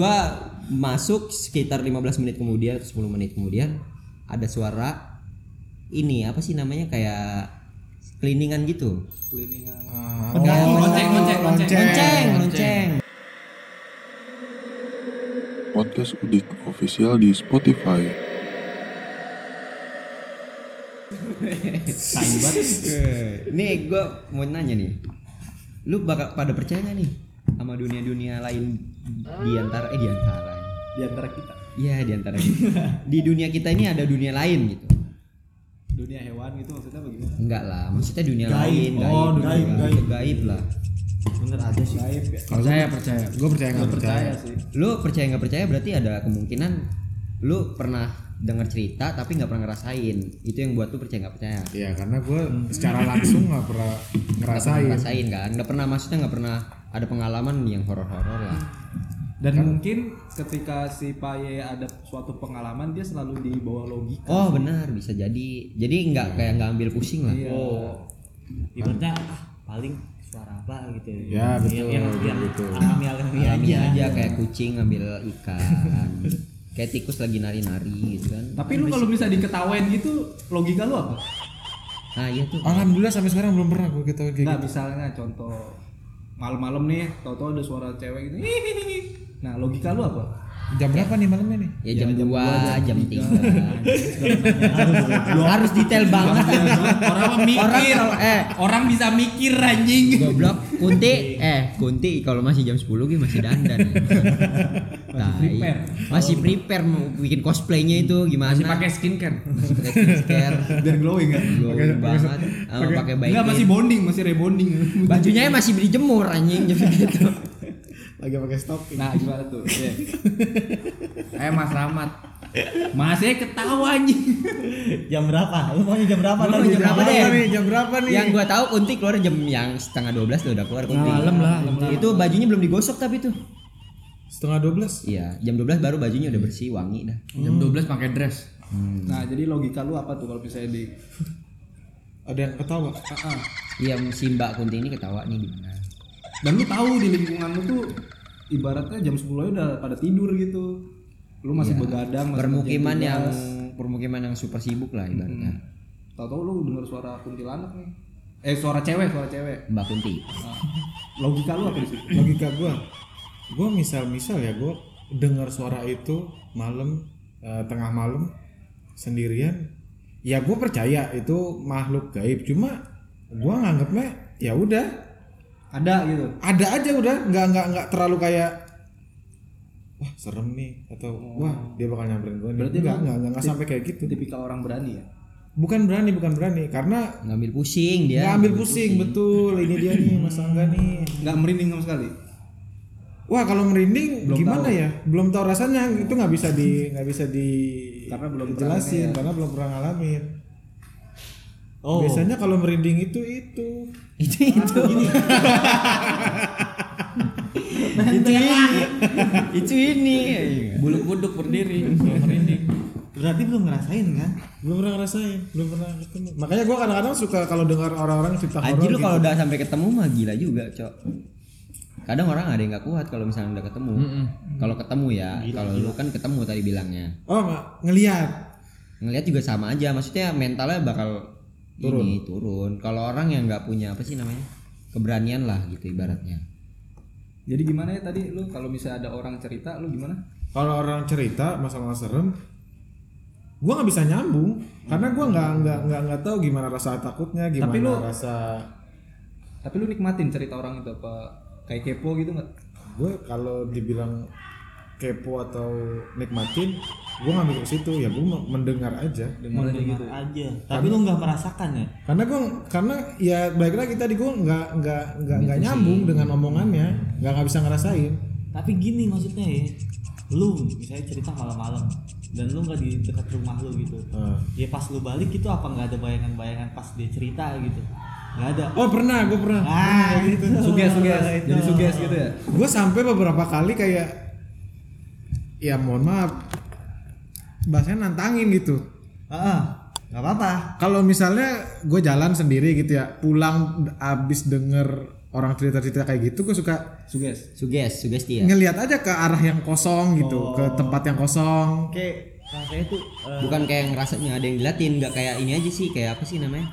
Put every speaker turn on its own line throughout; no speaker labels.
Gua masuk sekitar 15 menit kemudian, 10 menit kemudian ada suara ini apa sih namanya kayak cleaningan gitu.
Cleaningan.
Pedang,
Oh,
lonceng, lonceng, lonceng.
Lonceng, lonceng.
Podcast Udik official di Spotify.
Sayang banget.
Eh, Nih gua mau nanya nih. Lu bakal pada percaya gak nih sama dunia-dunia lain di antara eh di antara.
Di antara kita.
Iya, di antara kita. di dunia kita ini ada dunia lain gitu.
Dunia hewan gitu maksudnya bagaimana?
Enggak lah, maksudnya dunia
Gaib.
lain, gaib.
Oh, dunia
gaib,
gaib.
gaib, lah.
Bener ada sih. Gaib ya.
Percaya, percaya. Gue percaya
Gak
nggak percaya.
percaya sih.
Lu percaya nggak percaya berarti ada kemungkinan lu pernah dengar cerita tapi nggak pernah ngerasain. Itu yang buat lu percaya nggak percaya? Nggak
Iya, karena gue secara langsung nggak pernah
pernah
ngerasain.
ngerasain kan? Nggak pernah maksudnya nggak pernah ada pengalaman yang horor-horor lah.
Dan mungkin ketika si Paye ada suatu pengalaman dia selalu di bawah logika.
Oh benar bisa jadi. Jadi nggak kayak nggak ambil pusing lah.
Iya.
ibaratnya ah paling suara apa gitu
Ya, betul,
Iya,
yang, yang,
betul.
yang alami-alami
Alami
aja
aja kayak kucing ngambil ikan. kayak tikus lagi nari-nari gitu kan.
Tapi lu kalau bisa diketawain gitu logika lu apa?
Nah, iya tuh.
Alhamdulillah sampai sekarang belum pernah gue
Nah.
ketahuin kayak
Enggak
gitu.
misalnya contoh malam-malam nih tau-tau ada suara cewek gitu. "Hihihi." Nah, logika lu apa?
Jam berapa nih malamnya nih?
Ya jam 2, jam 3. Harus detail banget lah.
orang mikir
Orang- eh.
orang bisa mikir anjing
Goblok, Kunti, eh Kunti kalau masih jam 10 gitu masih dandan. Ya. Tai.
prepare.
Masih prepare mau bikin cosplaynya itu gimana?
masih pakai skincare
Masih pakai skincare.
Biar glowing kan?
Glowing banget. Sama pakai baik.
Enggak Iya. masih bonding, masih rebonding.
bajunya masih beli jemur anjing jadi gitu.
Lagi pakai stocking.
Nah, gimana tuh? Iya.
eh Mas Rahmat
Masih ketawa anjing.
jam berapa? Lu maunya jam berapa?
Lu
Ntar
maunya
gua
jam berapa
bilang.
deh?
nih? Jam berapa nih?
Yang gua tahu Kunti keluar jam yang setengah 12 tuh udah keluar Kunti.
malam lah,
Itu bajunya belum digosok tapi tuh.
Setengah 12.
Iya, jam 12 baru bajunya udah bersih, wangi dah.
jam 12 pakai dress
Nah, jadi logika lu apa tuh kalau misalnya di
Ada yang ketawa.
Ah, ah.
Iya, si Mbak Kunti ini ketawa nih gimana?
Dan lu tahu di lingkungan lu tuh ibaratnya jam 10 aja udah pada tidur gitu. Lu masih begadang, masih
Permukiman
kerja
yang
tugas.
permukiman yang super sibuk lah ibaratnya.
tahu-tahu lu denger suara kuntilanak nih. Eh, suara cewek, suara cewek.
Mbak Kunti.
Ah. Logika lu apa di situ?
Logika gue, gue misal-misal ya gue dengar suara itu malam eh, tengah malam sendirian. Ya gue percaya itu makhluk gaib. Cuma gue nganggapnya ya udah
Ada gitu.
ada aja udah nggak nggak nggak terlalu kayak wah serem nih atau wah dia bakal nyamperin gue nih
Oh. Berarti
nggak
lu
nggak nggak nggak sampai kayak gitu
Tipikal orang berani ya.
bukan berani bukan berani karena
Ngambil pusing dia.
nggak ambil pusing betul ini dia nih
Hmm.
mas angga nih
Enggak merinding sama sekali.
wah kalau merinding
Belum
gimana
tahu.
ya belum tahu rasanya itu nggak bisa di nggak bisa di
Karena belum pernah
jelasin
ngalamin ya.
karena belum pernah ngalamin
Oh.
biasanya kalau merinding itu itu
itu itu. itu ini. itu ini.
buluk buduk berdiri merinding
Berarti belum ngerasain kan?
belum pernah ngerasain belum pernah ketemu makanya gue kadang-kadang suka kalau dengar orang-orang cerita horor
Anjir lu
gitu.
kalau udah sampai ketemu mah gila juga, Cok. Kadang orang ada yang gak kuat kalau misalnya udah ketemu. Kalau ketemu ya, kalau lu kan ketemu tadi bilangnya.
oh nggak ngelihat
Ngelihat juga sama aja, maksudnya mentalnya bakal turun. ini turun. Kalau orang yang nggak punya apa sih namanya? keberanian lah gitu ibaratnya.
Jadi gimana ya tadi lu kalau misalnya ada orang cerita lu gimana?
kalau orang cerita masalah serem gue nggak bisa nyambung karena gue nggak nggak nggak nggak tahu gimana rasa takutnya gimana
Tapi lu-
rasa
Tapi lu nikmatin cerita orang itu apa kayak kepo gitu nggak?
gue kalau dibilang kepo atau nikmatin gue nggak mikir ke situ ya gue mendengar aja
Dengar aja gitu.
Aja. Tapi lu nggak merasakan ya?
karena gue karena ya baik lagi tadi gue nggak nggak nggak nggak nyambung dengan omongannya nggak nggak bisa ngerasain
Tapi gini maksudnya ya. Lu misalnya cerita malam-malam dan lu nggak di dekat rumah lu gitu.
Nah.
Ya pas lu balik itu apa nggak ada bayangan-bayangan pas dia cerita gitu? Nggak ada.
oh pernah gue pernah
Ah, gitu.
Suges, suges. Jadi suges gitu ya.
gue sampai beberapa kali kayak ya mohon maaf bahasanya nantangin gitu
Heeh. Gak apa-apa.
kalau misalnya gue jalan sendiri gitu ya pulang d- abis denger orang cerita-cerita kayak gitu gue suka
Suges.
Suges, sugesti ya.
Iya.
ngelihat aja ke arah yang kosong gitu, ke
Oh.
tempat yang kosong.
Kayak rasanya tuh eh,
Bukan kayak ngerasanya ada yang dilatin, nggak kayak ini aja sih, kayak apa sih namanya?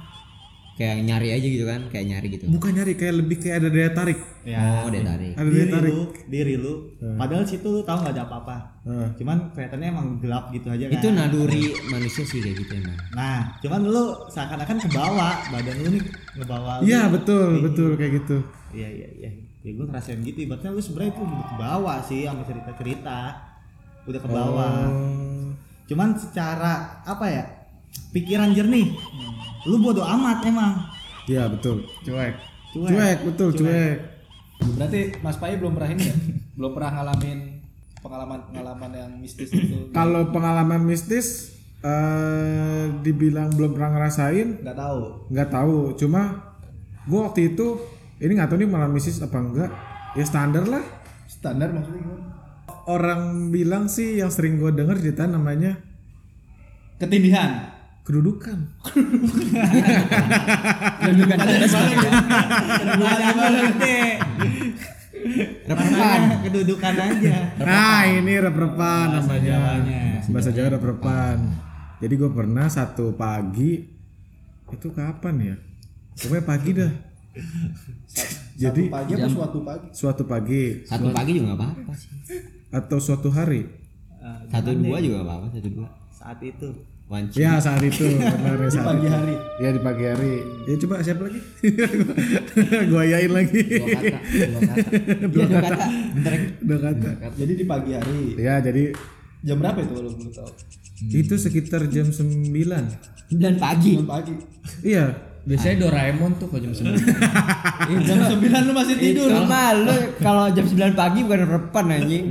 Kayak nyari aja gitu kan, kayak nyari gitu.
Bukan nyari kayak lebih kayak ada daya tarik.
Oh, dia tarik.
Ada daya
Nah, diri
tarik.
lu, diri lu. Padahal situ lu tahu nggak ada apa-apa.
Hmm.
Cuman kelihatannya emang gelap gitu aja kan.
Itu naluri manusia sih kayak gitu emang.
Nah, cuman lu seakan-akan kebawa badan lu nih ngebawa. lu.
Iya betul betul kayak gitu.
Iya iya iya. Ya gue ngerasain gitu. Ibaratnya lu sebenarnya itu udah kebawa sih sama cerita-cerita. Udah kebawa.
Oh.
Cuman secara apa ya? Pikiran jernih. Lu bodo amat emang.
Iya betul. Cuek.
Cuek.
Cuek, betul cuek.
Berarti Mas Pai belum pernah ini ya? belum pernah ngalamin pengalaman-pengalaman yang mistis itu.
Kalau pengalaman mistis eh dibilang belum pernah ngerasain,
Nggak tahu.
nggak tahu. Cuma gua waktu itu ini nggak tahu nih malam mistis apa enggak. Ya standar lah.
Standar maksudnya gimana?
Orang bilang sih yang sering gua denger cerita namanya
Ketindihan.
kedudukan.
Kedudukan ada
Repetan.
Nah, kedudukan aja.
Nah ini reprepan namanya Bahasa Jawa reprepan Jadi gue pernah satu pagi Itu kapan ya? Pokoknya pagi dah Jadi
pagi apa suatu pagi?
suatu pagi
Satu pagi juga nggak apa-apa sih.
Atau suatu hari
Satu dua juga nggak apa-apa, satu dua.
Saat itu.
One two.
Ya saat itu benar ya, saat
Pagi
itu.
hari.
Ya di pagi hari Ya coba siapa lagi? gue ayain lagi
Iya, dua kata. Bentar lagi.
Udah kata
Jadi di pagi hari.
Ya jadi
Jam berapa itu kalau belum tahu?
itu sekitar jam 9
Dan pagi.
Jam pagi.
Iya
biasanya Doraemon tuh kalau jam 9.
Jam 9 lu masih tidur.
Cuma Iya, lu kalau jam 9 pagi bukan repan anjing.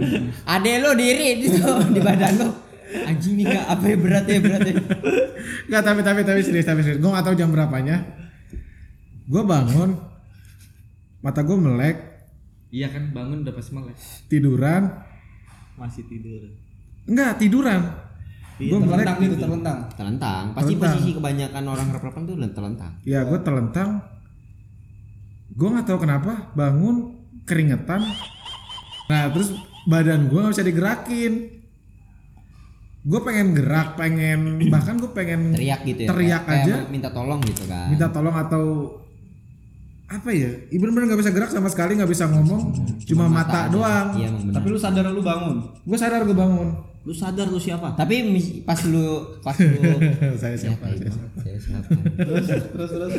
Ade lu diri di situ, di badan lu. Anjing nih Kak, apa ya beratnya beratnya.
Enggak, tapi tapi tapi serius, tapi serius. Gue gak tahu jam berapanya. Gue bangun, mata gue melek,
iya kan bangun udah pasti melek.
tiduran.
Masih tidur.
Enggak, tiduran.
Iya,
Gue melek.
Terlentang gitu, terlentang.
Telentang. Pasti
Telentang.
posisi kebanyakan orang repan tuh telentang.
Ya, gue terlentang. Gue nggak tahu kenapa bangun keringetan. Nah, terus badan gue nggak bisa digerakin. Gue pengen gerak, pengen bahkan gue pengen
Teriak gitu ya.
Teriak
kayak-
aja.
kayak minta tolong gitu kan.
minta tolong atau apa ya? Ibu bener nggak bisa gerak sama sekali, nggak bisa ngomong, cuma,
aja.
mata, doang.
Iya, emang benar.
Tapi lu sadar lu bangun.
Gue sadar gue bangun.
Lu sadar lu siapa?
Tapi mis- pas lu pas lu
saya
Siapa
siapa? Saya
itu?
siapa?
Saya siapa?
Terus terus terus.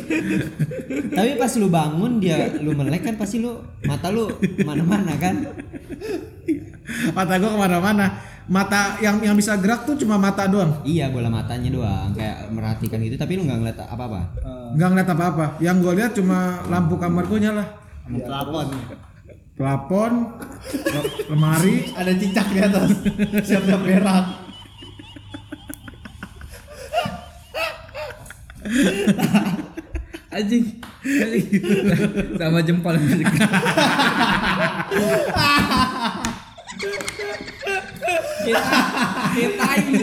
Tapi pas lu bangun dia lu melek kan pasti lu mata lu mana-mana kan.
Mata gue kemana-mana. Mata yang yang bisa gerak tuh cuma mata doang.
Iya bola matanya doang kayak merhatikan gitu tapi lu nggak ngeliat apa-apa.
Nggak ngeliat apa-apa. Yang gue lihat cuma lampu kamar gue nyala.
Sama pelapon.
Plafon, le- lemari,
Ada cicak di atas. Siap-siap berak.
Anjing. Sama jempol. Kita kita ini.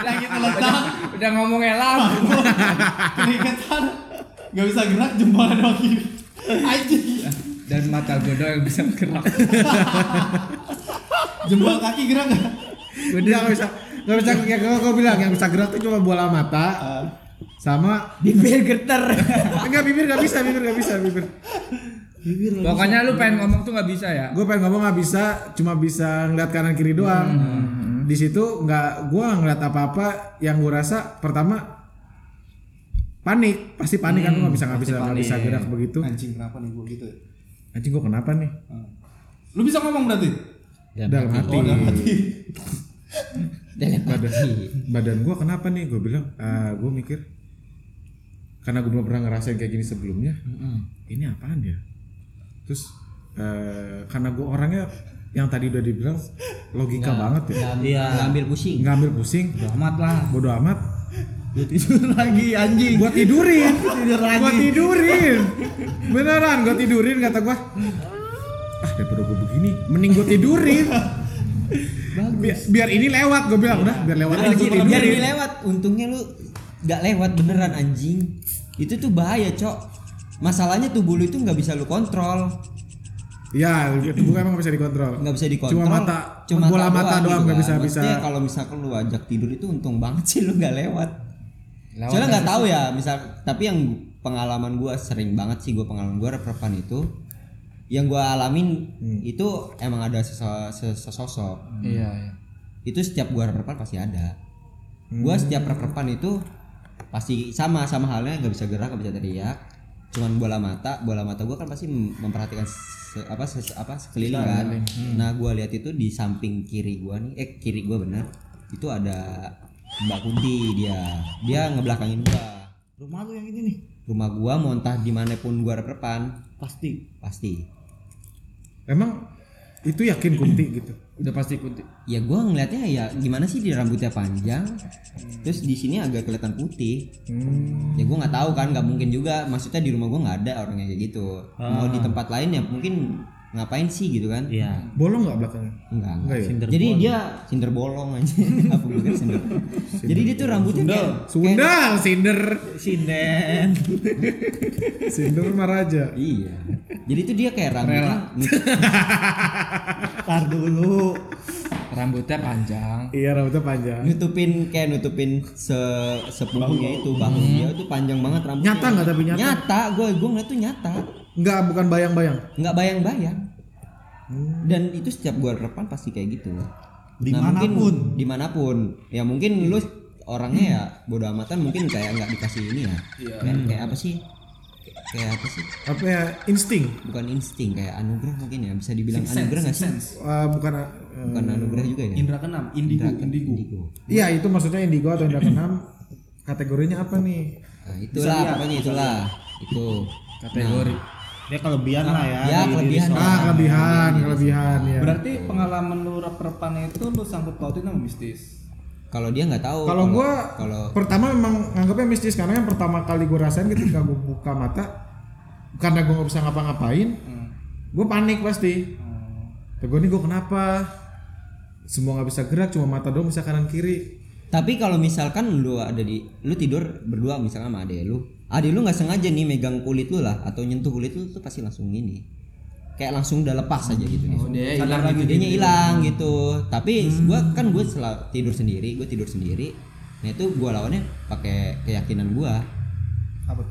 Lagi terlentang,
udah ngomong elam.
keringetan. Gak bisa gerak jempolnya doang gini. Anjing.
dan mata gue doang yang bisa bergerak.
Jempol kaki gerak gak?
Nggak bisa nggak bisa kayak gue bilang yang bisa gerak tuh cuma bola mata sama
Bibir geter.
enggak bibir nggak bisa bibir nggak bisa bibir
Pokoknya lu pengen ngomong tuh nggak bisa ya.
gue pengen ngomong nggak bisa cuma bisa ngeliat kanan kiri doang di situ nggak gue ngeliat apa apa yang gue rasa pertama panik pasti panik kan gue nggak bisa nggak bisa nggak bisa gerak begitu
Anjing kenapa nih gua gitu ya?
anjing gue kenapa nih
Lu bisa ngomong berarti?
dalam hati
Dalam hati.
badan gue kenapa nih gue bilang gue mikir karena gue belum pernah ngerasain kayak gini sebelumnya ini apaan ya terus eh, karena gue orangnya yang tadi udah dibilang logika banget ya
Iya. Ngambil pusing.
nggak ambil pusing
Amat lah.
bodoh amat
Dia tidur lagi anjing.
gue tidurin
Tidur lagi.
gue tidurin beneran gue tidurin kata gue ah daripada gue begini mending gue tidurin biar, biar ini lewat gue bilang udah biar lewat aja
Anjing,
gua
biar
tidurin."
ini lewat. Untungnya lu nggak lewat beneran anjing. Itu tuh bahaya, Cok. masalahnya tubuh lu itu nggak bisa lu kontrol
Ya, tubuh emang nggak bisa dikontrol.
nggak bisa dikontrol
Cuma mata, cuma bola mata doang nggak bisa
gitu
bisa.
kan. Maksudnya kalau misalkan lu ajak tidur itu untung banget sih lu nggak lewat soalnya nggak tahu ya misal tapi yang pengalaman gua sering banget sih gua pengalaman gua rep-repan itu yang gua alamin
Hmm.
itu emang ada sese- sesosok
Iya, iya.
itu setiap gua rep-repan pasti ada
Hmm.
gua setiap rep-repan itu pasti sama sama halnya nggak bisa gerak nggak bisa teriak cuman bola mata bola mata gua kan pasti mem- memperhatikan se- apa se- apa sekeliling kan
Hmm.
nah gua lihat itu di samping kiri gua nih eh kiri gua bener itu ada mbak kunti dia dia ngebelakangin gua
Hmm. Rumah lu yang ini nih
rumah gua mau entah dimanapun gua repan
pasti.
pasti
Emang itu yakin kunti gitu.
Udah pasti kunti.
ya gua ngelihatnya ya gimana sih di rambutnya panjang terus di sini agak kelihatan putih
Hmm.
ya gua nggak tahu kan nggak mungkin juga maksudnya di rumah gua nggak ada orang yang kayak gitu mau
Ah.
di tempat lain ya mungkin ngapain sih gitu kan
Iya.
Bolong nggak belakangnya?
enggak, enggak.
Enggak ya.
Cinder
jadi
bolong.
dia cinder bolong aja apa gua kira cinder jadi dia tuh rambutnya kayak
Sundal, sinder,
Sinden.
sinder maraja.
iya jadi tuh dia kayak rambutnya
Tar dulu.
Rambutnya panjang.
Iya rambutnya panjang.
nutupin kayak nutupin se sepupunya itu bahu dia itu panjang banget rambutnya
Nyata nggak tapi nyata?
nyata gue gue ngeliat tuh nyata
Enggak, bukan bayang-bayang.
nggak bayang-bayang dan itu setiap gua depan pasti kayak gitu
Dimanapun.
mungkin, dimanapun ya mungkin lu orangnya ya bodo amatan mungkin kayak nggak dikasih ini ya
Iya.
kayak, kayak apa sih Kayak- kayak apa sih
Apa ya? Insting.
bukan insting kayak anugerah mungkin ya bisa dibilang anugerah nggak sih
Eh, bukan. eh,
bukan anugerah juga ya
Indra keenam, indigo, indigo.
Indigo.
Iya itu maksudnya indigo atau indra keenam. Kategorinya apa nih?
nah, itulah pokoknya itulah itu
Kategori.
Dia kelebihan
Nah,
lah ya.
ya kelebihan
Ah kelebihan, kelebihan ya.
Berarti pengalaman lu rep-repan itu lu sangkut pautin sama mistis.
kalau dia nggak tahu
Kalau gua
kalau
pertama memang nganggapnya mistis karena yang pertama kali gue rasain ketika gue buka mata karena gue nggak bisa ngapa-ngapain,
Hmm.
gue panik pasti. Gue ini gue kenapa? Semua nggak bisa gerak, cuma mata doang bisa kanan kiri.
Tapi kalau misalkan lu ada di lu tidur berdua misalkan sama adek lu, adek lu nggak sengaja nih megang kulit lu lah atau nyentuh kulit lu tuh pasti langsung ini. Kayak langsung udah lepas aja gitu.
Oh, dia hilang gitu. Hmm.
Idenya hilang gitu. Tapi gua kan gue tidur sendiri, gue tidur sendiri. Nah itu gua lawannya pakai keyakinan gua.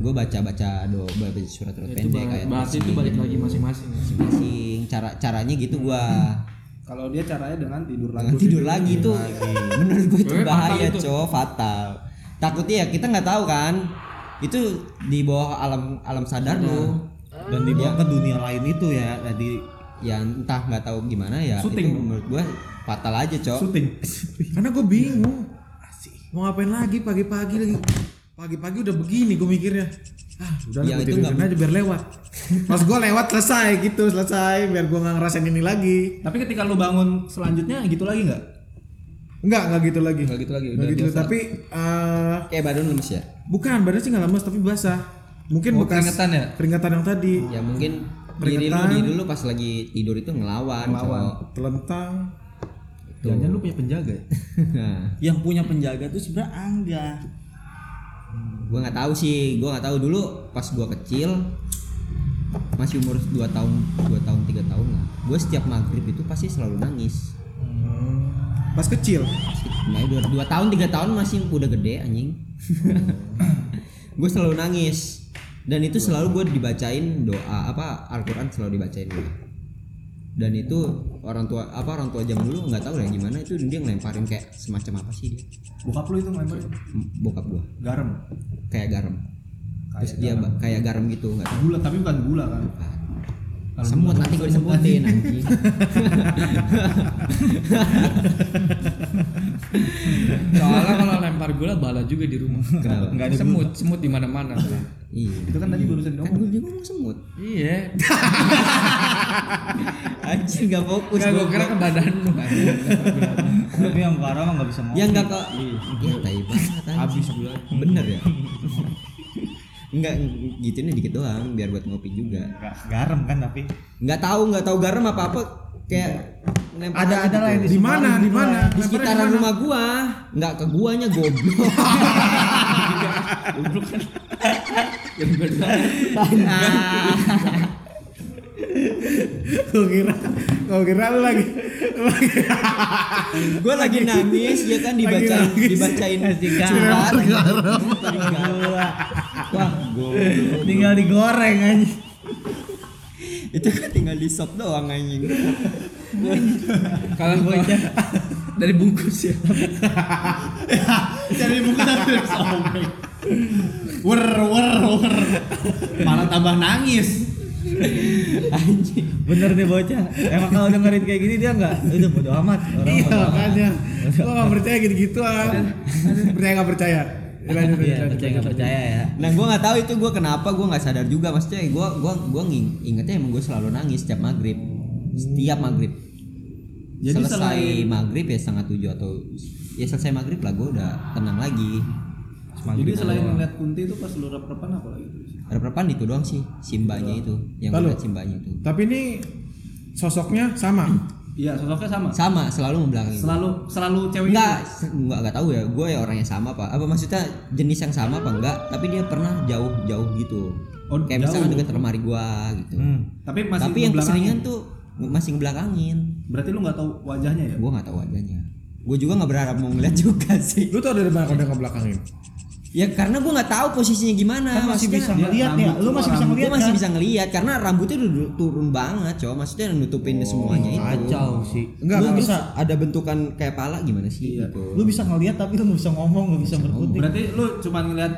Gue baca-baca do baca surat-surat
Itu
pendek kayak
berarti itu balik lagi masing-masing. ya?
masing cara caranya gitu gua.
Kalau dia caranya dengan tidur lagi.
Jangan tidur lagi itu menurut gue itu
Gue
bahaya
fatal itu.
cow fatal takutnya ya kita nggak tahu kan itu di bawah alam alam sadar Ya, lu
Dan dibawa ke dunia lain itu ya tadi
ya entah nggak tahu gimana ya
Syuting.
itu menurut gue fatal aja cow
Syuting.
Karena gue bingung. Mau ngapain lagi pagi-pagi lagi? Pagi-pagi udah begini gue mikirnya. Ah, udah
Ya,
lah
itu
gue tidurin
nggak-
aja biar lewat. Pas gue lewat selesai gitu, selesai biar gue nggak ngerasain ini lagi.
Tapi ketika lu bangun selanjutnya gitu lagi nggak?
Enggak, enggak gitu lagi.
Nggak gitu lagi,
Nggak
udah
gitu, tapi eh,
kayak badan lemes ya
bukan badan sih nggak lemes tapi basah. Mungkin
Oh,
bekas
keringetan ya?
Keringetan yang tadi.
Oh.
ya mungkin diri lu
Peringatan.
diri lu pas lagi tidur itu ngelawan, cow
Telentang.
Jangan lu punya penjaga. ya?
yang punya penjaga tuh sebenarnya Angga.
gue nggak tahu sih gue nggak tahu dulu pas gue kecil masih umur 2 tahun 2 tahun tiga tahun lah gue setiap maghrib itu pasti selalu nangis
Hmm. Pas kecil.
Nah, dua, dua tahun tiga tahun masih udah gede anjing. gue selalu nangis dan itu selalu gue dibacain doa apa Al-Quran selalu dibacain gue. Dan itu orang tua apa orang tua zaman dulu nggak tahu ya gimana itu dia ngelemparin kayak semacam apa sih dia
Bokap lu itu ngelempar
M- bokap gue
garam.
kayak garam. Terus dia ba- kayak garam gitu nggak tahu.
Gula tapi bukan gula kan.
Semut nanti gue disebutin anjing.
Soalnya kalau lempar bola bala juga di rumah.
Kenapa?
Enggak ada semut, semut di mana-mana.
Iya.
Itu kan tadi barusan
Kan
ngomong.
gue dia ngomong semut.
iya.
Anjir nggak fokus.
Enggak
gua.
gua kira ke badan lu.
Tapi yang parah mah nggak bisa ngomong.
Ya enggak kok. Iya, tai banget Habis bulan. Bener ya? Enggak gitunya dikit doang biar buat ngopi juga.
Nggak- garam kan tapi.
Enggak tahu, enggak tahu garam apa-apa kayak lempar aja gitu
Ada
ya,
ada lah yang
Eh, Di mana? Di mana?
di sekitaran rumah gua. Enggak ke guanya goblok.
yang berdua
Gue kira, gue kira lu lagi, lu lagi
gue lagi nangis ya kan dibacain
nangis.
dibacain surat. Gila. wah
Tinggal digoreng aja.
itu kan tinggal di sop doang anjing
kalah bocah dari bungkus ya
Cari buku tapi udah sobek. Wer wer wer. Malah tambah nangis.
anjing
Bener nih bocah. Emang kalau dengerin kayak gini dia enggak udah bodo amat. Orang
Iya
bodo amat.
makanya Gua gak percaya gitu-gituan Percaya gak percaya Ya, lanjut,
Iya,
lanjut, lanjut.
percaya nggak percaya ya.
nah gue nggak tahu itu gue kenapa gue nggak sadar juga maksudnya gue gue gue nging- ingetnya emang gue selalu nangis setiap maghrib setiap maghrib
Jadi
selesai
selain-
maghrib ya setengah tujuh atau ya selesai maghrib lah gue udah tenang lagi
Jadi selain ngeliat kunti itu pas lu rep-repan apa lagi?
Repan itu doang sih simbanya itu yang
Lalu?
ngeliat simbanya itu
Tapi ini sosoknya sama
Iya, sosoknya sama.
sama selalu membelakangi gua.
Selalu selalu cewek
enggak se- enggak enggak tahu ya gue ya orangnya sama apa apa maksudnya jenis yang sama apa enggak tapi dia pernah jauh jauh gitu
Oh,
kayak
jauh.
misalnya deket lemari gua gitu
Hmm.
Hmm.
itu. Tapi masih
tapi yang
ngebelakangin.
keseringan tuh masih ngebelakangin
Berarti lu nggak tahu wajahnya ya?
gue nggak tahu wajahnya gue juga nggak berharap mau ngeliat juga sih
Lu tau dari mana udah ngebelakangin?
ya karena gue nggak tahu posisinya gimana
Kan masih
maksudnya.
bisa ngeliat ya. Lu masih bisa
Gua
ngeliat
masih
kan?
bisa ngelihat karena rambutnya udah du- turun banget cow maksudnya
Oh,
nutupin semuanya itu
Kacau sih.
Enggak,
Lu
kalau-
terus ada bentukan kayak pala gimana sih
Iya.
gitu
Lu bisa ngeliat tapi lu nggak bisa ngomong, nggak bisa berkutik.
Berarti lu cuma ngeliat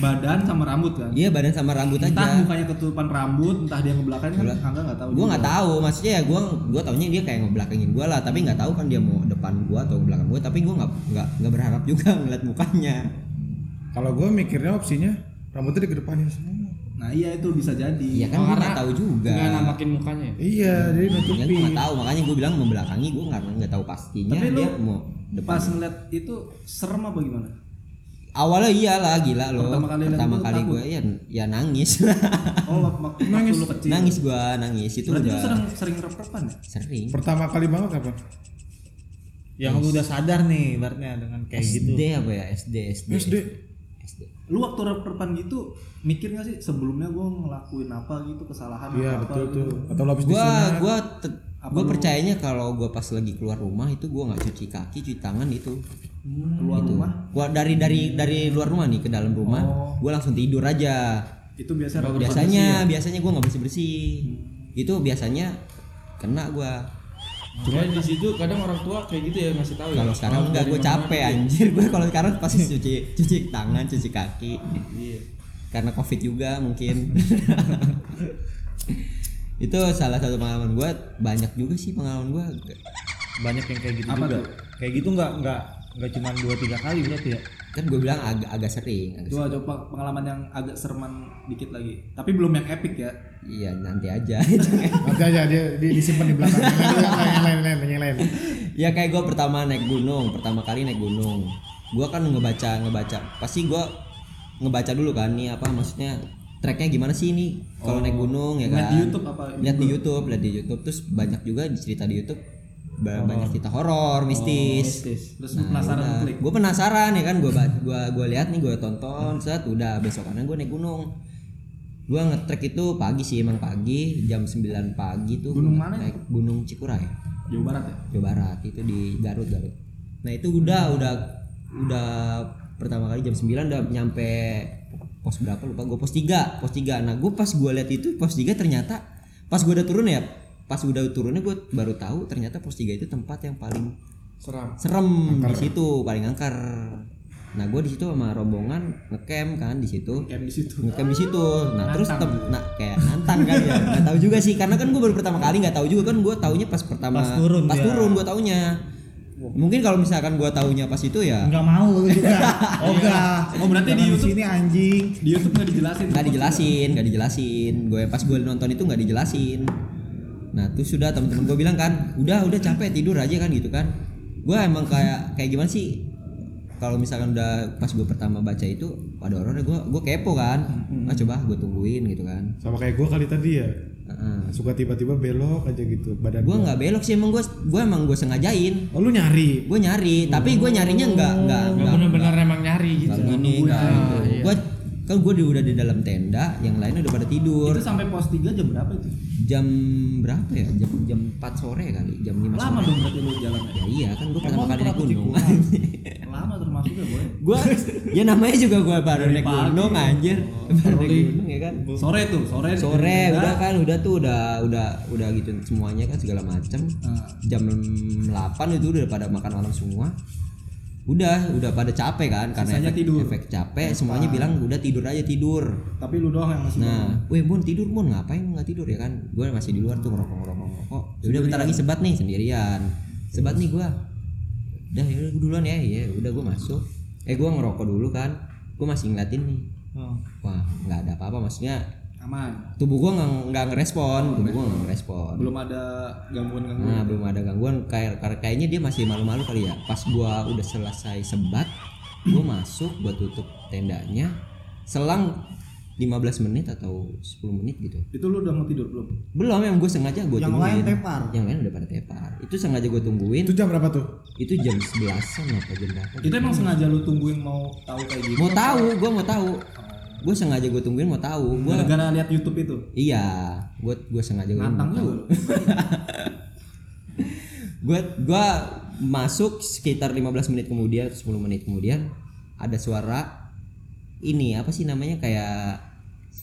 badan sama rambut kan?
iya badan sama rambut
Entah
aja
mukanya ketutupan rambut, entah dia ngebelakangin kan Angga nggak tahu.
gue
juga.
nggak tahu maksudnya ya gue gue taunya dia kayak ngebelakangin gue lah tapi nggak tahu kan dia mau depan gue atau belakang gue tapi gue nggak nggak nggak berharap juga ngeliat mukanya
Kalau gue mikirnya opsinya Rambutnya dikedepanin semua
Nah iya itu bisa jadi.
iya kan gue nggak tahu juga
nggak namakin mukanya ya
Iya, jadi
ya
nutupi
gue nggak tahu makanya gue bilang membelakangi gue nggak nggak tahu pastinya
Tapi lu
dia mau depan
pas ngeliat itu serem apa gimana?
awalnya iyalah gila lo
Pertama kali liat
pertama
itu
kali
takut.
gue ya ya nangis lah
Oh waktu, waktu
Nangis.
lu kecil.
nangis gue nangis itu
Berarti lu
udah
sering sering rep-repan ya?
sering
Pertama kali banget kapan?
Yang lu udah sadar nih, ibaratnya dengan kayak gitu.
SD apa ya SD SD
SD
SD.
Lu waktu rep-repan gitu mikir nggak sih sebelumnya gue ngelakuin apa gitu kesalahan
Iya
apa gitu.
betul tuh Atau lu habis
gua
disunat
gua te- gua percayanya kalau gua pas lagi keluar rumah itu gua nggak cuci kaki cuci tangan itu
keluar
Gitu.
rumah
gua dari dari dari luar rumah nih ke dalam rumah
Oh.
gua langsung tidur aja
itu biasa rep-repan
biasanya
ya?
biasanya gua nggak bersih bersih
Hmm.
itu biasanya kena gua
cuma di situ kadang orang tua kayak gitu ya masih tahu ya
kalau sekarang enggak gua
gitu
capek anjir gua kalau sekarang pasti cuci cuci tangan cuci kaki
Iya.
karena covid juga mungkin itu salah satu pengalaman gua banyak juga sih pengalaman gua
Banyak yang kayak gitu
Apa
juga.
tuh?
Kayak gitu nggak nggak nggak cuma dua tiga kali berarti ya.
kan gue bilang agak agak sering agak
Coba coba pengalaman yang agak sereman dikit lagi. Tapi belum yang epic ya.
Iya nanti aja.
Nanti aja dia, dia disimpan di belakang Yang lain, yang lain, yang lain, yang lain
ya kayak gue pertama naik gunung, pertama kali naik gunung, gue kan ngebaca ngebaca, pasti gue ngebaca dulu kan nih apa maksudnya treknya gimana sih ini kalau naik gunung ya
Iya
Ngeliat
kan?
Oh, di YouTube apa?
Lihat di YouTube, lihat di YouTube, terus banyak juga di cerita di YouTube ba-
Oh.
banyak cerita horor, mistis.
Terus lu penasaran
Nah, iya.
klik.
gue penasaran ya kan gue gua gua lihat nih gue tonton set udah besokannya gue naik gunung gue ngetrek itu pagi sih emang pagi jam 9 pagi tuh
Gunung
gua
mana
naik gunung Cikuray
Jawa Barat ya.
Jawa Barat itu di Garut Garut nah itu udah udah udah pertama kali jam 9 udah nyampe pos berapa lupa gue pos 3 pos 3 nah gue pas gue lihat itu pos 3 ternyata pas gue udah turun ya pas udah turunnya gue baru tahu ternyata pos 3 itu tempat yang paling
Seram
serem
ya?
di situ paling angker nah gue di situ sama rombongan ngecamp kan di situ
Camp di situ.
ngecamp di situ nah terus tem nah kayak nantang kan ya nggak tahu juga sih karena kan gue baru pertama kali nggak tahu juga kan gue taunya pas pertama
Pas turun
pas
dia.
turun gue taunya mungkin kalau misalkan gue taunya pas itu ya
Nggak mau lu juga. Oh enggak.
Oh, berarti di
Jangan
YouTube-
sini anjing.
Di YouTube nggak dijelasin.
nggak dijelasin nggak dijelasin gue pas gue nonton itu nggak dijelasin nah terus sudah temen-temen gue bilang kan udah udah capek tidur aja kan gitu kan gue emang kayak kayak gimana sih kalau misalkan udah pas gue pertama baca itu pada orangnya gue gue kepo kan ah coba gue tungguin gitu kan
Sama kayak gue kali tadi ya
Heeh.
Suka tiba-tiba belok aja gitu badan
gue
gua.
nggak belok sih emang gue gue emang gue sengajain
Oh lu nyari
gue nyari tapi gue nyarinya nggak nggak
nggak benar-benar emang nyari gitu
Gak gini, gak gitu. Gue kan gue udah di dalam tenda yang lainnya udah pada tidur
Itu sampai pos 3 jam berapa itu?
jam berapa ya jam jam 4 sore kali jam 5 sore
Lama dong berarti lu jalan ya?
ya iya kan gue pertama
Emang
kali naik
kenapa
gunung
Eh,
Lama termasuk ya boy.
gue ya namanya juga gue baru naik gunung anjir baru naik gunung ya kan
Sore tuh, sore.
sore udah kan udah tuh udah udah udah gitu semuanya kan segala macam
Hmm. Nah,
jam 8 itu udah pada makan malam semua udah udah pada capek kan karena
Sisanya
efek,
tidur.
efek capek semuanya bilang udah tidur aja tidur
Tapi lu doang yang masih
nah weh bun tidur bun ngapain lu nggak tidur ya kan gue masih di luar tuh ngerokok ngerokok ngerokok ya udah bentar lagi sebat nih sendirian sebat nih gue dah ya udah duluan ya ya udah gue masuk eh gue ngerokok dulu kan gue masih ngeliatin nih wah nggak ada apa-apa maksudnya
aman.
tubuh gua nggak nggak ngerespon tubuh gua nggak ngerespon
Belum ada gangguan-gangguan.
nah belum ada gangguan kayak karena kayaknya dia masih malu-malu kali ya pas gua udah selesai sebat gua masuk gua tutup tendanya selang 15 menit atau 10 menit gitu
Itu lu udah mau tidur belum?
belum yang gue sengaja gue
Yang
tungguin
lain tepar.
yang lain udah pada tepar itu sengaja gue tungguin
Itu jam berapa tuh?
itu jam 11an apa jam berapa
Itu emang sengaja lu tungguin mau tahu kayak gitu.
mau tahu gua mau tahu gue sengaja gue tungguin mau tahu gua
Gara-gara lihat YouTube itu.
iya gue gue sengaja gua
Nantang lu.
gue gua masuk sekitar 15 menit kemudian atau 10 menit kemudian ada suara ini apa sih namanya kayak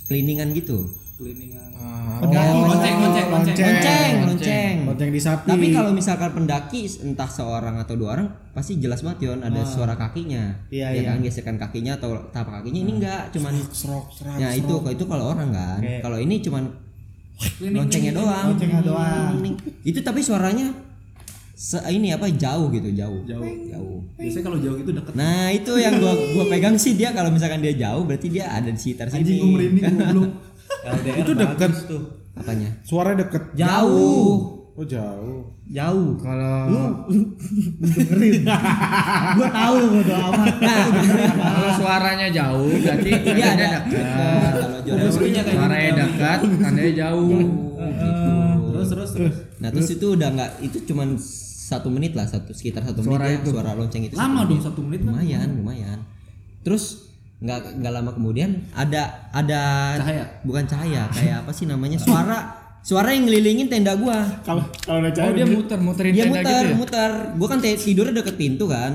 cleaningan gitu
Cleaningan.
Ah,
Pendaki,
oh,
lonceng, lonceng, lonceng.
lonceng
Lonceng.
lonceng
Lonceng di sapi.
tapi kalau misalkan pendaki entah seorang atau dua orang pasti jelas banget Yon ada suara kakinya
Iya,
ya
iya.
kan gesekan kakinya atau tapak kakinya ini enggak cuman
serok serok.
ya itu itu kalau orang kan
Oke.
kalau ini cuman loncengnya doang
Loncengnya doang.
itu tapi suaranya se ini apa jauh gitu jauh
Jauh.
jauh
Biasanya kalau jauh itu deket.
Nah itu yang gua gua pegang sih dia kalau misalkan dia jauh berarti dia ada di sekitar sini.
Anjing gua merinding goblok.
LDR
Itu deket.
bagus tuh.
Apanya?
Suara deket.
Jauh.
Oh jauh.
Jauh.
Kalau
Dengerin. gua tahu bodo amat.
Kalau suaranya jauh berarti
Iya ada.
tandanya dekat.
Kalau jauh
Suaranya dekat, tandanya jauh.
Iya.
terus terus terus. Gitu. Nah terus itu udah nggak itu cuman satu menit lah satu sekitar satu
Suara
menit ya,
itu.
suara lonceng itu. satu
Lama dong
menit.
satu menit kan.
Lumayan lumayan. Terus nggak nggak lama kemudian ada ada
Cahaya?
bukan cahaya kayak apa sih namanya suara suara yang ngelilingin tenda gua
kalau kalau udah
Oh
cahaya
dia muter muterin
dia
tenda gitu
muter
ya. Ah.
muter gue kan te- tidurnya deket pintu kan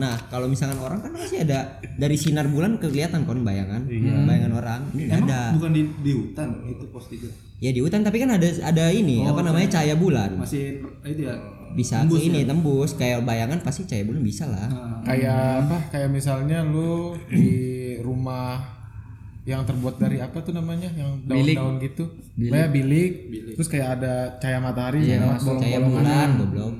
nah kalau misalkan orang kan masih ada dari sinar bulan kelihatan kon bayangan
Iya.
bayangan orang ini nggak
Emang
ada
bukan di, di hutan itu pos 3.
ya di hutan tapi kan ada ada ini apa namanya cahaya bulan
Masih itu ya.
bisa ke ini tembus kayak bayangan pasti cahaya bulan bisa lah
Ah, kayak apa? Kayak misalnya lu di rumah yang terbuat dari apa tuh namanya? Yang daun-daun gitu. Kayak bilik. Terus kayak ada cahaya matahari
Iya,
yang
masuk cahaya bulan goblok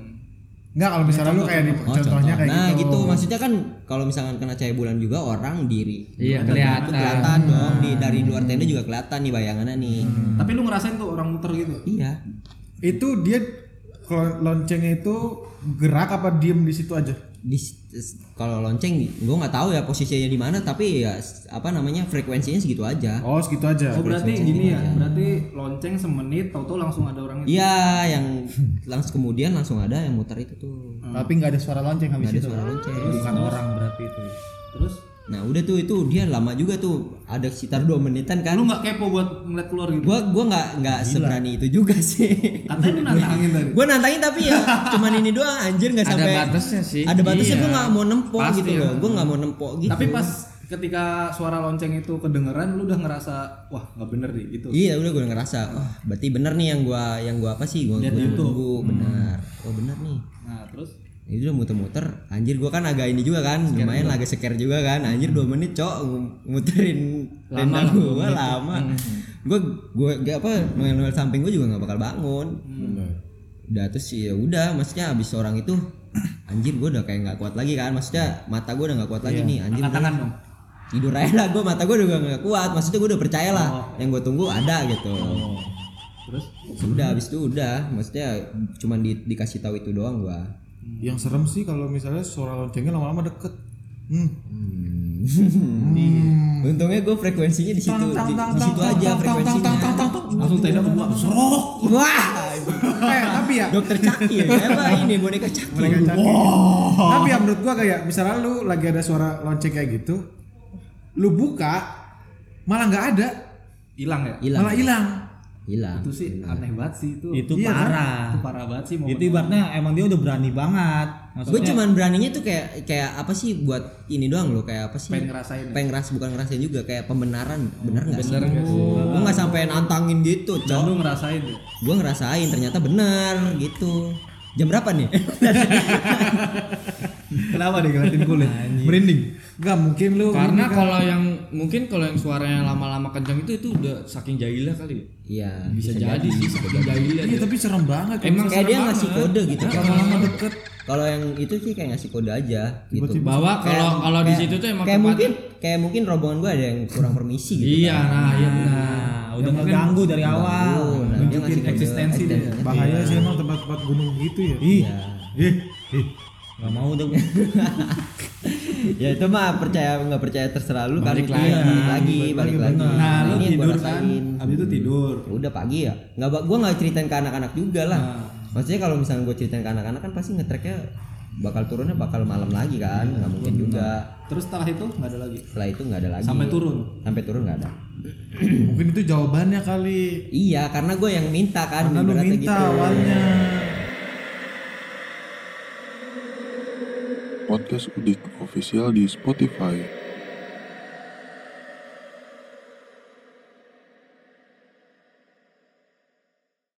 Enggak, kalau misalnya lu kayak di
Oh,
contohnya
contoh.
kayak
nah
gitu.
gitu. maksudnya kan kalau misalkan kena cahaya bulan juga orang diri
Iya,
Dari
kelihatan.
itu kelihatan dong di dari luar tenda juga kelihatan nih bayangannya nih
Tapi lu ngerasain tuh orang muter gitu.
iya
Itu dia kalau loncengnya itu gerak apa diem di situ aja?
di kalau lonceng gue nggak tahu ya posisinya di mana tapi ya s- apa namanya frekuensinya segitu aja
Oh, segitu aja.
Oh berarti gini ya, berarti lonceng semenit, tau-tau langsung ada orang itu.
iya yang langsung kemudian langsung ada yang muter itu tuh
Tapi nggak ada suara lonceng habis
Nggak ada
ya?
itu.
suara lonceng.
Bukan orang berarti itu.
Terus
nah udah tuh itu dia lama juga tuh ada sekitar dua menitan kan
lu nggak kepo buat ngeliat keluar gitu?
gue gua nggak nggak seberani itu juga sih
Katanya lu nantangin tadi.
gue nantangin tapi ya cuman ini doang anjir nggak
Ada
sampai
batasnya sih.
ada batasnya
Iya.
gue nggak mau nempo
Pasti
gitu
ya.
loh gue nggak mau nempo gitu
Tapi pas ketika suara lonceng itu kedengeran lu udah ngerasa wah nggak bener nih gitu.
Iya udah gue ngerasa, oh berarti bener nih yang gua yang gua apa sih gua gua
Lihat YouTube.
tunggu
Hmm.
benar. Oh bener nih.
Nah, terus
Itu udah muter-muter, anjir gua kan agak ini juga kan, lumayan agak seker juga kan. Anjir dua menit cok ng- muterin tenda gua lama. Gua gua gak apa noel samping gua juga nggak bakal bangun. Udah terus ya udah, maksudnya abis orang itu anjir gua udah kayak nggak kuat lagi kan. Maksudnya mata gua udah nggak kuat lagi nih, anjir.
angkat
gua-
tangan dong.
tidur aja lah gue mata gue udah gak kuat maksudnya gue udah percaya lah yang gue tunggu ada gitu terus udah habis itu udah maksudnya cuman di- dikasih tahu itu doang gua
Yang serem sih kalau misalnya suara loncengnya lama-lama deket. Hmm.
Hmm. untungnya gue frekuensinya di situ di, di situ aja frekuensinya
Langsung tenda kebuka serok.
wah
eh, tapi ya
dokter caki ya apa ini boneka caki
Mereka cantik. Tapi ya menurut gua kayak misalnya lu lagi ada suara lonceng kayak gitu, lu buka, malah nggak ada
hilang ya
Hilang.
malah hilang
hilang
itu sih
Hilang.
aneh banget sih itu
Itu
Iya, kan?
parah.
itu parah banget sih momen
Itu ibaratnya emang dia udah berani banget.
gue cuman beraninya tuh kayak kayak apa sih buat ini doang loh kayak apa sih
pengen ngerasain ya.
pengen ngeras bukan ngerasain juga kayak pembenaran bener nggak sih
bener nggak sih
gue nggak sampai nantangin gitu cok
dan lu ngerasain ya
gue ngerasain ternyata benar gitu jam berapa nih
Kenapa deh ngeliatin kulit? Merinding.
nggak mungkin lu
Karena kalau yang mungkin kalau yang suaranya lama-lama kencang itu itu udah saking jahilnya kali ya.
iya
Bisa, jadi, sih saking jahilnya.
iya
dia.
tapi serem banget
Emang
kayak dia
serem
ngasih
banget.
kode gitu
Nah,
Cok.
lama-lama deket
kalau yang itu sih kayak ngasih kode aja gitu
bahwa kalau
Kayak-
kalau di
kayak-
situ tuh emang
kayak
tempat-
mungkin kayak mungkin rombongan gue ada yang kurang permisi gitu
Iya,
kan.
nah, iya benar.
Nah, udah ngeganggu dari awal.
Nah, dia ngasih
gitu.
kode
eksistensi Iya, dia.
eksistensinya.
bahaya sih Iya. emang tempat-tempat gunung gitu ya
Iya.
Gak mau udah
ya itu mah percaya nggak percaya terserah lu kan
Balik
Itu
lagi,
lagi balik lagi
Nah, lu
ini gua
tidur kan.
rasain.
Habis itu tidur.
udah pagi ya nggak ba- gua nggak ceritain ke anak-anak juga lah maksudnya kalau misalnya gue ceritain ke anak-anak kan pasti ngetracknya bakal turunnya bakal malam lagi kan nggak mungkin juga
terus setelah itu nggak ada lagi
setelah itu nggak ada lagi
sampai
Iya.
turun
sampai turun nggak ada
mungkin itu jawabannya kali
iya karena gue yang minta kan
karena lu
ibaratnya
minta
gitu.
awalnya
Podcast Udik Official di Spotify.